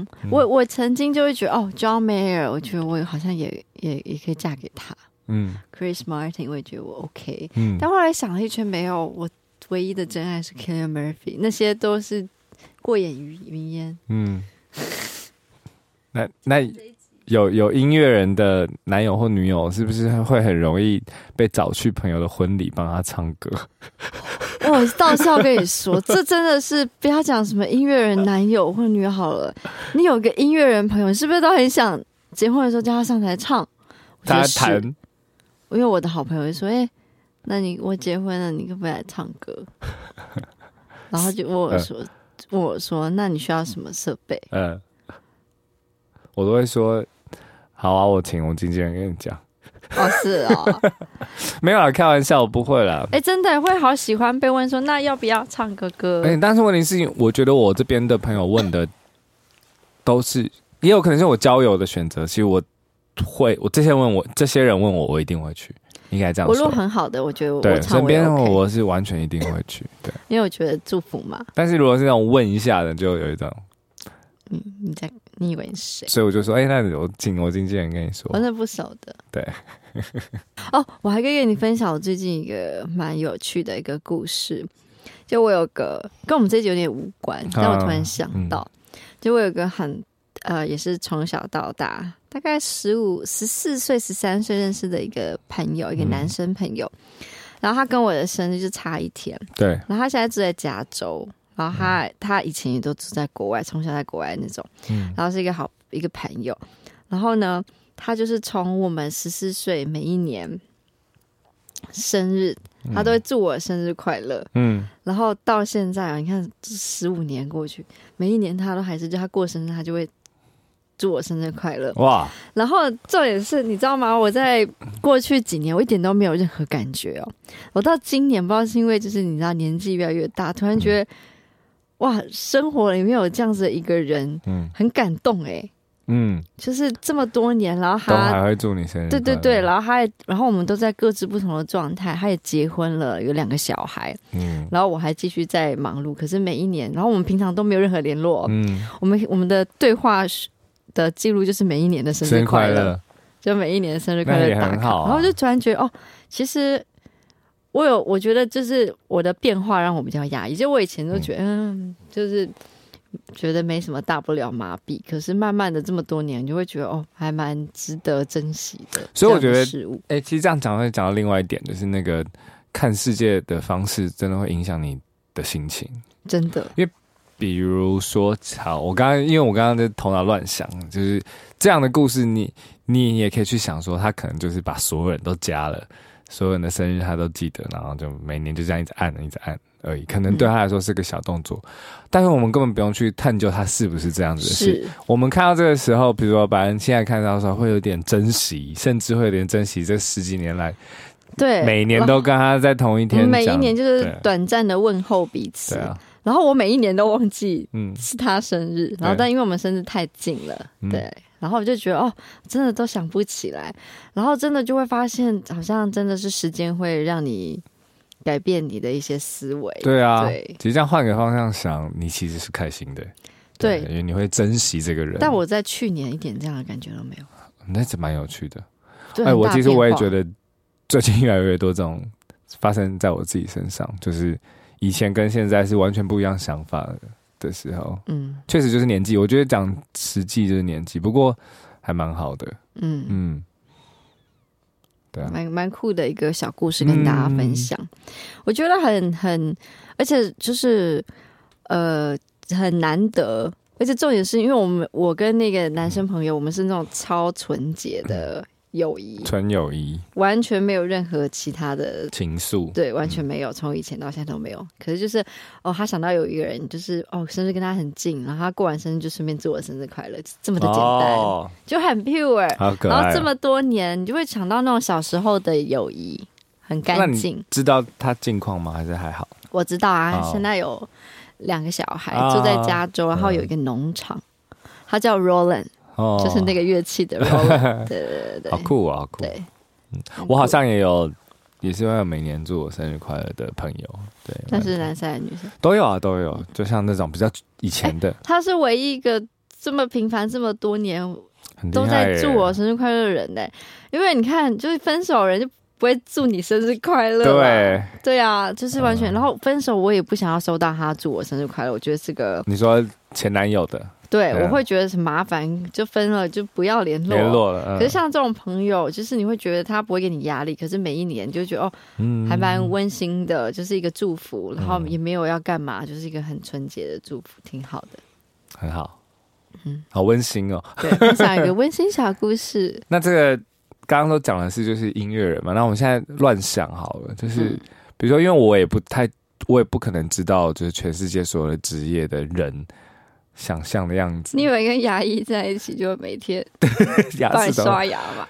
Speaker 1: 嗯嗯，我我曾经就会觉得，哦，John Mayer，我觉得我好像也也也可以嫁给他
Speaker 2: 嗯
Speaker 1: ，Chris Martin，我也觉得我 OK，
Speaker 2: 嗯，
Speaker 1: 但后来想了一圈，没有，我唯一的真爱是 Kelly Murphy，那些都是过眼云云烟。
Speaker 2: 嗯，那那有有音乐人的男友或女友，是不是会很容易被找去朋友的婚礼帮他唱歌？
Speaker 1: 哇我到时候跟你 说，这真的是不要讲什么音乐人男友或女友好了，你有个音乐人朋友，你是不是都很想结婚的时候叫他上台唱？我觉
Speaker 2: 他
Speaker 1: 得是
Speaker 2: 弹，
Speaker 1: 因为我的好朋友就说：“哎、那你我结婚了，你可不可以来唱歌？” 然后就问我说：“问我说，那你需要什么设备
Speaker 2: 嗯，我都会说好啊，我请我经纪人跟你讲，？”
Speaker 1: 哦，是哦，
Speaker 2: 没有啦，开玩笑，我不会啦。
Speaker 1: 哎、真的会好喜欢被问说，那要不要唱个歌？
Speaker 2: 哎、但是问题是，我觉得我这边的朋友问的都是，也有可能是我交友的选择。其实我会，我这些问我这些人问我，我一定会去，应该这样
Speaker 1: 我
Speaker 2: 说。
Speaker 1: 如果很好的，我觉得我
Speaker 2: 对，
Speaker 1: 唱
Speaker 2: 身
Speaker 1: 我也
Speaker 2: 边
Speaker 1: OK，
Speaker 2: 我是完全一定会 去。对，
Speaker 1: 因为我觉得祝福嘛。
Speaker 2: 但是如果是那种问一下的，就有一种，
Speaker 1: 嗯，你在你以为你是谁？
Speaker 2: 所以我就说，哎、那我请我经纪人跟你说
Speaker 1: 我，那不熟的。
Speaker 2: 对。
Speaker 1: 哦，我还可以跟你分享我最近一个蛮有趣的一个故事。就我有个跟我们这集有点无
Speaker 2: 嗯
Speaker 1: 关，但我突然想到，就我有个很呃，也是从小到大大概十五、十四岁、十三岁认识的一个朋友，一个
Speaker 2: 嗯
Speaker 1: 男生朋友。然后他跟我的生日就差一天，
Speaker 2: 对，
Speaker 1: 然后他现在住在加州，然后他、他以前也都住在国外，从小在国外那种，
Speaker 2: 嗯
Speaker 1: 然后是一个好一个朋友。然后呢，他就是从我们十四岁每一年生日，他都会祝我生日快乐。
Speaker 2: 嗯，
Speaker 1: 然后到现在啊，你看十五年过去，每一年他都还是就他过生日，他就会祝我生日快乐。
Speaker 2: 哇，
Speaker 1: 然后重点是，你知道吗？我在过去几年，我一点都没有任何感觉哦。我到今年，不知道是因为就是你知道年纪越来越大，突然觉得、哇，生活里面有这样子的一个人，
Speaker 2: 嗯
Speaker 1: 很感动哎。
Speaker 2: 嗯，
Speaker 1: 就是这么多年，然后
Speaker 2: 都
Speaker 1: 他
Speaker 2: 还会祝你生日
Speaker 1: 对
Speaker 2: 快乐，
Speaker 1: 对对，然后他也，然后我们都在各自不同的状态，他也结婚了，有两个小孩，
Speaker 2: 嗯
Speaker 1: 然后我还继续在忙碌。可是每一年，然后我们平常都没有任何联络哦，
Speaker 2: 嗯，
Speaker 1: 我们我们的对话是的记录就是每一年的生
Speaker 2: 生
Speaker 1: 日
Speaker 2: 日快
Speaker 1: 快乐，
Speaker 2: 乐，
Speaker 1: 就每一年的生日快乐
Speaker 2: 那也
Speaker 1: 打
Speaker 2: 很
Speaker 1: 卡，
Speaker 2: 好啊
Speaker 1: 然后就突然觉得哦，其实我有，我觉得就是我的变化让我比较压抑，就我以前都觉得嗯就是觉得没什么大不了麻痹，可是慢慢的这么多年，你就会觉得哦，还蛮值得珍惜的。
Speaker 2: 所以我
Speaker 1: 这样的
Speaker 2: 觉得
Speaker 1: 事物
Speaker 2: 哎、其实这样讲会讲到另外一点，就是那个看世界的方式真的会影响你的心情。
Speaker 1: 真的
Speaker 2: 比如说，好，我刚刚因为我刚刚在头脑乱想，就是这样的故事你，你也可以去想说，他可能就是把所有人都加了，所有人的生日他都记得，然后就每年就这样一直按一直按而已，可能对他来说是个小动作，但是我们根本不用去探究他是不是这样子的事，
Speaker 1: 是
Speaker 2: 我们看到这个时候，比如说把人现在看到的时候，会有点珍惜，甚至会有点珍惜这十几年来
Speaker 1: 对，
Speaker 2: 每年都跟他在同一
Speaker 1: 我们
Speaker 2: 天，
Speaker 1: 每一年就是
Speaker 2: 对啊
Speaker 1: 短暂的问候彼此，
Speaker 2: 对啊，
Speaker 1: 然后我每一年都忘记
Speaker 2: 嗯，
Speaker 1: 是他生日，然后
Speaker 2: 对
Speaker 1: 但因为我们生日太近了，
Speaker 2: 嗯
Speaker 1: 对，然后我就觉得哦，真的都想不起来，然后真的就会发现，好像真的是时间会让你改变你的一些思维，
Speaker 2: 对啊
Speaker 1: 对，
Speaker 2: 其实这样换个方向想，你其实是开心的，
Speaker 1: 对
Speaker 2: 因为你会珍惜这个人。
Speaker 1: 但我在去年一点这样的感觉都没有，
Speaker 2: 那是蛮有趣的，哎
Speaker 1: 对，
Speaker 2: 我其实我也觉
Speaker 1: 得，
Speaker 2: 得最近越来越多这种发生在我自己身上，就是以前跟现在是完全不一样想法的的时候，
Speaker 1: 嗯
Speaker 2: 确实就是年纪，我觉得讲实际就是年纪，不过还蛮好的。
Speaker 1: 嗯，
Speaker 2: 嗯，对啊，
Speaker 1: 蛮蛮酷的一个小故事跟大家分享，我觉得很很，而且就是呃很难得。而且重点是因为我们我跟那个男生朋友，我们是那种超纯洁的友谊，
Speaker 2: 纯友谊、
Speaker 1: 完全没有任何其他的，
Speaker 2: 情愫，
Speaker 1: 对，完全没有，从以前到现在都没有。可是就是哦，他想到有一个人，就是哦，生日跟他很近，然后他过完生日就顺便祝我生日快乐，就这么的简单，
Speaker 2: 哦，
Speaker 1: 就很 pure。
Speaker 2: 好可爱哦、
Speaker 1: 然后这么多年，你就会想到那种小时候的友谊，很
Speaker 2: 那
Speaker 1: 干
Speaker 2: 你
Speaker 1: 净。
Speaker 2: 知道他近况吗？还是还好？
Speaker 1: 我知道啊，
Speaker 2: 哦
Speaker 1: 现在有两个小孩
Speaker 2: 啊
Speaker 1: 住在加州，然后有一个农场，他叫 Roland，
Speaker 2: 哦，
Speaker 1: 就是那
Speaker 2: 个，
Speaker 1: 个乐器 的 Roland。对对对
Speaker 2: 好
Speaker 1: 对
Speaker 2: 酷啊，好酷！
Speaker 1: 对，很
Speaker 2: 我好
Speaker 1: 酷
Speaker 2: 像也有，也是会每年祝我生日快乐的朋友，对，
Speaker 1: 那是男生还是女生？
Speaker 2: 都有啊，都有，就像那种比较以前的，
Speaker 1: 他是唯一一个这么频繁这么多年
Speaker 2: 很厉
Speaker 1: 都
Speaker 2: 害耶
Speaker 1: 在祝我生日快乐的人呢、因为你看，就是分手的人就不会祝你生日快乐，，
Speaker 2: 对，
Speaker 1: 对啊，就是完全。
Speaker 2: 嗯
Speaker 1: 然后分手我也不想要收到他祝我生日快乐，我觉得是个
Speaker 2: 你说前男友的
Speaker 1: 对
Speaker 2: 对啊
Speaker 1: 我会觉得很麻烦，就分了就不要联络。
Speaker 2: 联络了，嗯
Speaker 1: 可是像这种朋友，就是你会觉得他不会给你压力，可是每一年就觉得哦，
Speaker 2: 嗯
Speaker 1: 还蛮温馨的，就是一个祝福，然后也没有要干嘛，就是一个很纯洁的祝福，挺好的。
Speaker 2: 很好，嗯，好温馨哦。
Speaker 1: 对，分享一个温馨小故事。
Speaker 2: 那这个刚刚都讲的是就是音乐人嘛，那我们现在乱想好了，就是、
Speaker 1: 嗯
Speaker 2: 比如说，因为我也不太，我也不可能知道就是全世界所有的职业的人想象的样子。
Speaker 1: 你以为跟牙医在一起就每天
Speaker 2: 牙
Speaker 1: 帮你
Speaker 2: 齿都
Speaker 1: 刷牙嘛？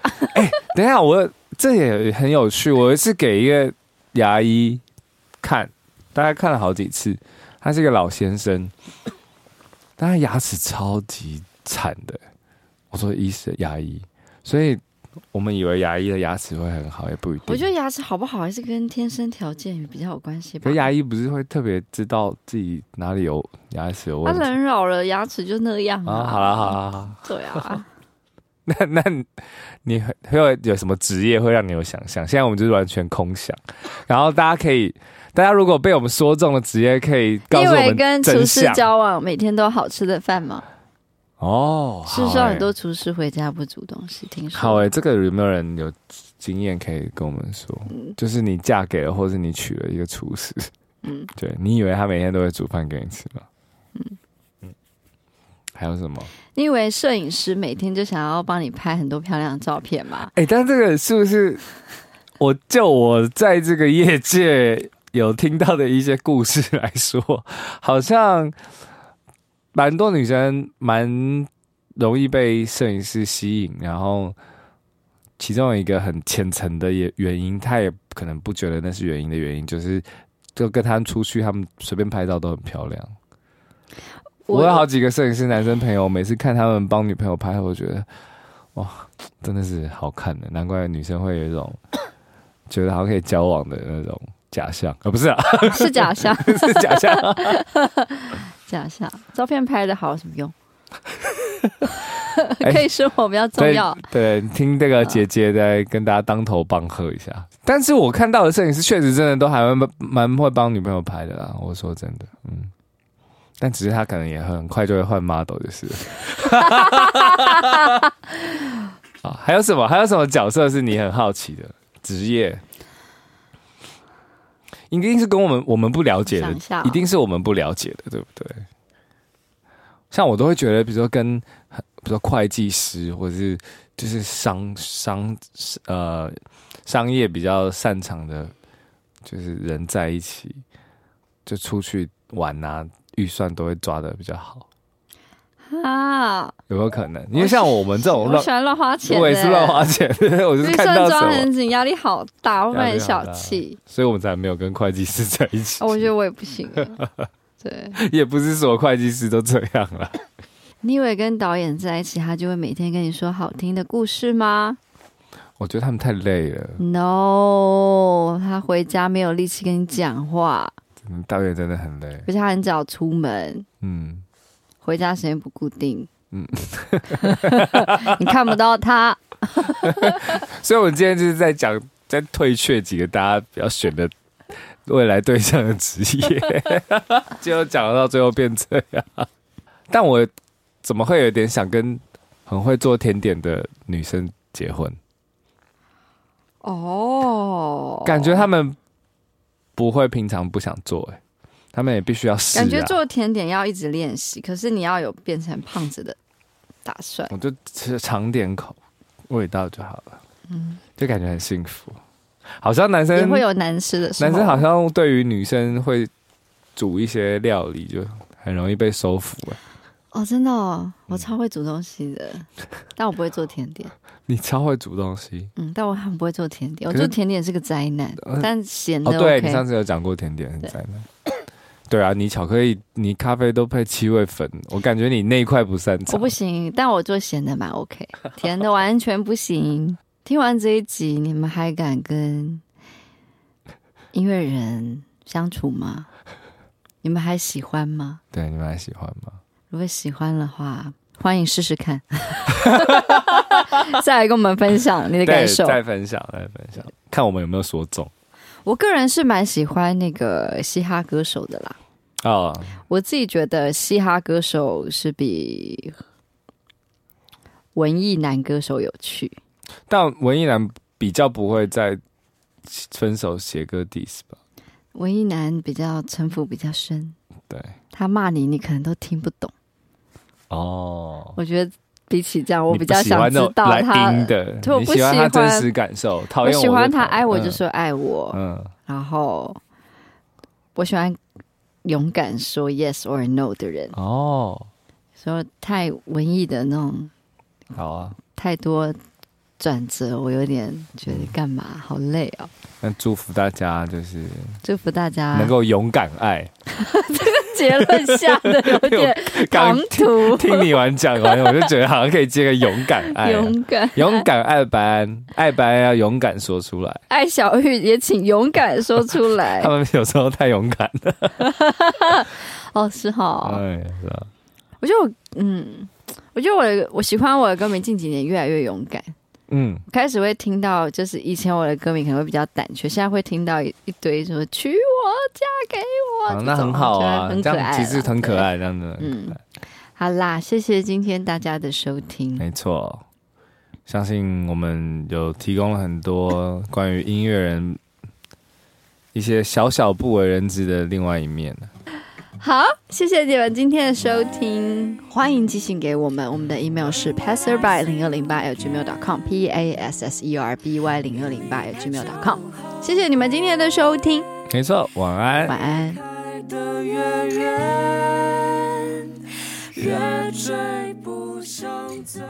Speaker 2: 等一下，我这也很有趣。我有一次给一个牙医看，大概看了好几次，他是一个老先生，但他牙齿超级惨的。我说医生牙医，所以我们以为牙医的牙齿会很好，也不一定。
Speaker 1: 我觉得牙齿好不好还是跟天生条件比较有关系吧
Speaker 2: 可。牙医不是会特别知道自己哪里有牙齿有
Speaker 1: 他
Speaker 2: 问题
Speaker 1: 人老了，牙齿就那样
Speaker 2: 啊？好了好了，好啦
Speaker 1: 对 啊，
Speaker 2: 那 那你会会有什么职业会让你有想象？现在我们就是完全空想，然后大家可以，大家如果被我们说中的职业，可以
Speaker 1: 你
Speaker 2: 告
Speaker 1: 以
Speaker 2: 诉我
Speaker 1: 为
Speaker 2: 们
Speaker 1: 跟厨
Speaker 2: 真
Speaker 1: 师
Speaker 2: 相。
Speaker 1: 交往每天都有好吃的饭吗？
Speaker 2: 哦，
Speaker 1: 是
Speaker 2: 好
Speaker 1: 不是有
Speaker 2: 欸
Speaker 1: 很多厨师回家不煮东西？听说
Speaker 2: 好哎、这个有没有人有经验可以跟我们说？就是你嫁给了，或是你娶了一个厨师，
Speaker 1: 嗯，
Speaker 2: 对你以为他每天都会煮饭给你吃吗？嗯还有什么？
Speaker 1: 你以为摄影师每天就想要帮你拍很多漂亮的照片吗？
Speaker 2: 哎、但这个是不是我就我在这个业界有听到的一些故事来说，好像蛮多女生蛮容易被摄影师吸引，然后其中有一个很浅层的也原因，她也可能不觉得那是原因的原因，就是就跟他们出去，他们随便拍照都很漂亮。我有好几个摄影师男生朋友，每次看他们帮女朋友拍，我觉得哇，真的是好看的，难怪女生会有一种觉得好像可以交往的那种假象，呃，不是啊，
Speaker 1: 是假象，
Speaker 2: 是假象，
Speaker 1: 假象，照片拍的好有什么用？
Speaker 2: 哎
Speaker 1: 可以生活比较重要。
Speaker 2: 对，听这个姐姐在跟大家当头棒喝一下。但是我看到的摄影师确实真的都还蛮蛮会帮女朋友拍的啦，我说真的，嗯。但只是他可能也很快就会换 model，就是了。啊，还有什么？还有什么角色是你很好奇的职业？一定是跟我们我们不了解的
Speaker 1: 想一下哦，
Speaker 2: 一定是我们不了解的，对不对？像我都会觉得，比如说跟比如说会计师，或者是就是商商呃商业比较擅长的，就是人在一起就出去玩啊，预算都会抓的比较好，
Speaker 1: 啊，
Speaker 2: 有没有可能？因为像我们这种
Speaker 1: 我
Speaker 2: 乱
Speaker 1: 喜，欢乱花钱、欸，
Speaker 2: 哦我也是乱花钱， 我就是
Speaker 1: 预
Speaker 2: 看
Speaker 1: 算
Speaker 2: 到
Speaker 1: 抓
Speaker 2: 什么，
Speaker 1: 很紧，压力好大，我
Speaker 2: 压力
Speaker 1: 很
Speaker 2: 好
Speaker 1: 小
Speaker 2: 大
Speaker 1: 气。
Speaker 2: 所以我们才没有跟会计师在一起。
Speaker 1: 啊我觉得我也不行欸。 对，
Speaker 2: 也不是所有会计师都这样啦。
Speaker 1: 你以为跟导演在一起，他就会每天跟你说好听的故事吗
Speaker 2: 我觉得他们太累了，
Speaker 1: ？No，他回家没有力气跟你讲话，
Speaker 2: 嗯导演真的很累。
Speaker 1: 而且他很早出门，
Speaker 2: 嗯，
Speaker 1: 回家时间不固定。
Speaker 2: 嗯
Speaker 1: 嗯， 你看不到他。
Speaker 2: 所以我们今天就是在讲，在退却几个大家比较选的未来对象的职 业，结果讲到最后变这样。但我怎么会有点想跟很会做甜点的女生结婚？
Speaker 1: 哦，
Speaker 2: 感觉他们不会平常不想做、欸，他们也必须要试、啊。
Speaker 1: 感觉做甜点要一直练习，可是你要有变成胖子的打算。
Speaker 2: 我就吃尝点口味道就好了，嗯，就感觉很幸福。好像男
Speaker 1: 也
Speaker 2: 生
Speaker 1: 会有难吃的时候，
Speaker 2: 男生好像对于女生会煮一些料理，就很容易被收服、哎
Speaker 1: 哦，真的哦，
Speaker 2: 嗯
Speaker 1: 我超会煮东西的，但我不会做甜点。
Speaker 2: 你超会煮东西
Speaker 1: 嗯，但我很不会做甜点，我
Speaker 2: 可是
Speaker 1: 做甜点是个灾难
Speaker 2: 呃，
Speaker 1: 但咸的
Speaker 2: 哦！对
Speaker 1: 嗯 OK。
Speaker 2: 你上次有讲过甜点很赞的。对啊，你巧克力、你咖啡都配七味粉，我感觉你那一块不擅
Speaker 1: 我
Speaker 2: 长
Speaker 1: 不。行，但我做咸的蛮 OK，甜的完全不行。听完这一集，你们还敢跟音乐人相处吗？你们还喜欢吗？
Speaker 2: 对，你们还喜欢吗？
Speaker 1: 如果喜欢的话，欢迎试试 看，再来跟我们分享你的
Speaker 2: 对，
Speaker 1: 感受。
Speaker 2: 再分享，再分享，看我们有没有说中
Speaker 1: 我个人是蛮喜欢那个嘻哈歌手的啦，
Speaker 2: 哦。
Speaker 1: 我自己觉得嘻哈歌手是比文艺男歌手有趣。
Speaker 2: 但文艺男比较不会在分手写歌 diss 吧？
Speaker 1: 文艺男比较城府比较深，
Speaker 2: 对，
Speaker 1: 他骂你你可能都听不懂。
Speaker 2: 哦，
Speaker 1: 我觉得比起这样，我
Speaker 2: 你
Speaker 1: 比
Speaker 2: 不
Speaker 1: 较
Speaker 2: 喜
Speaker 1: 想
Speaker 2: 欢那
Speaker 1: 知
Speaker 2: 种
Speaker 1: 道
Speaker 2: 来
Speaker 1: 他，
Speaker 2: 阴的，
Speaker 1: 对我
Speaker 2: 你
Speaker 1: 不
Speaker 2: 喜欢
Speaker 1: 喜
Speaker 2: 他真
Speaker 1: 欢
Speaker 2: 实感受，讨
Speaker 1: 我
Speaker 2: 厌
Speaker 1: 喜欢他
Speaker 2: 讨
Speaker 1: 爱我
Speaker 2: 嗯
Speaker 1: 就说爱我，
Speaker 2: 嗯，
Speaker 1: 然后我喜欢勇敢说 yes or no 的人，
Speaker 2: 哦，
Speaker 1: 说太文艺的那种
Speaker 2: 好啊，
Speaker 1: 太多转折，我有点觉
Speaker 2: 嗯
Speaker 1: 得干嘛好累哦。
Speaker 2: 那祝福大家就是
Speaker 1: 祝福大家
Speaker 2: 能够勇敢爱。
Speaker 1: 结论下的有点唐
Speaker 2: 刚
Speaker 1: 突，
Speaker 2: 听你完讲完，我就觉得好像可以接个勇敢爱 啊，
Speaker 1: 勇敢
Speaker 2: 勇敢爱白安，爱白安要勇敢说出来。
Speaker 1: 爱哎小玉也请勇敢说出来
Speaker 2: 他们有时候太勇敢了，
Speaker 1: 哦，是哈，
Speaker 2: 哎，是啊，
Speaker 1: 我觉得我嗯，我觉得我的我喜欢我的歌迷近几年越来越勇敢。
Speaker 2: 嗯，
Speaker 1: 我开始会听到，就是以前我的歌迷可能会比较胆怯，现在会听到一一堆什么“娶我，嫁给我”
Speaker 2: 好
Speaker 1: 这种
Speaker 2: 那很好
Speaker 1: 哦
Speaker 2: 啊
Speaker 1: 我，觉
Speaker 2: 这
Speaker 1: 得很可爱啦，
Speaker 2: 样
Speaker 1: 啊
Speaker 2: 其实很可
Speaker 1: 对。
Speaker 2: 爱，这样子，
Speaker 1: 嗯好啦，谢谢今天大家的收听。
Speaker 2: 没错，相信我们有提供了很多关于音乐人一些小小不为人知的另外一面。
Speaker 1: 好，谢谢你们今天的收听，欢迎寄信给我们，我们的 email 是 passerby 零二零八 gmail.com，p a s s e r b y 零二零八 gmail.com。谢谢你们今天的收听，
Speaker 2: 没错，晚安。
Speaker 1: 晚安。
Speaker 3: 开得越远，越追不上最。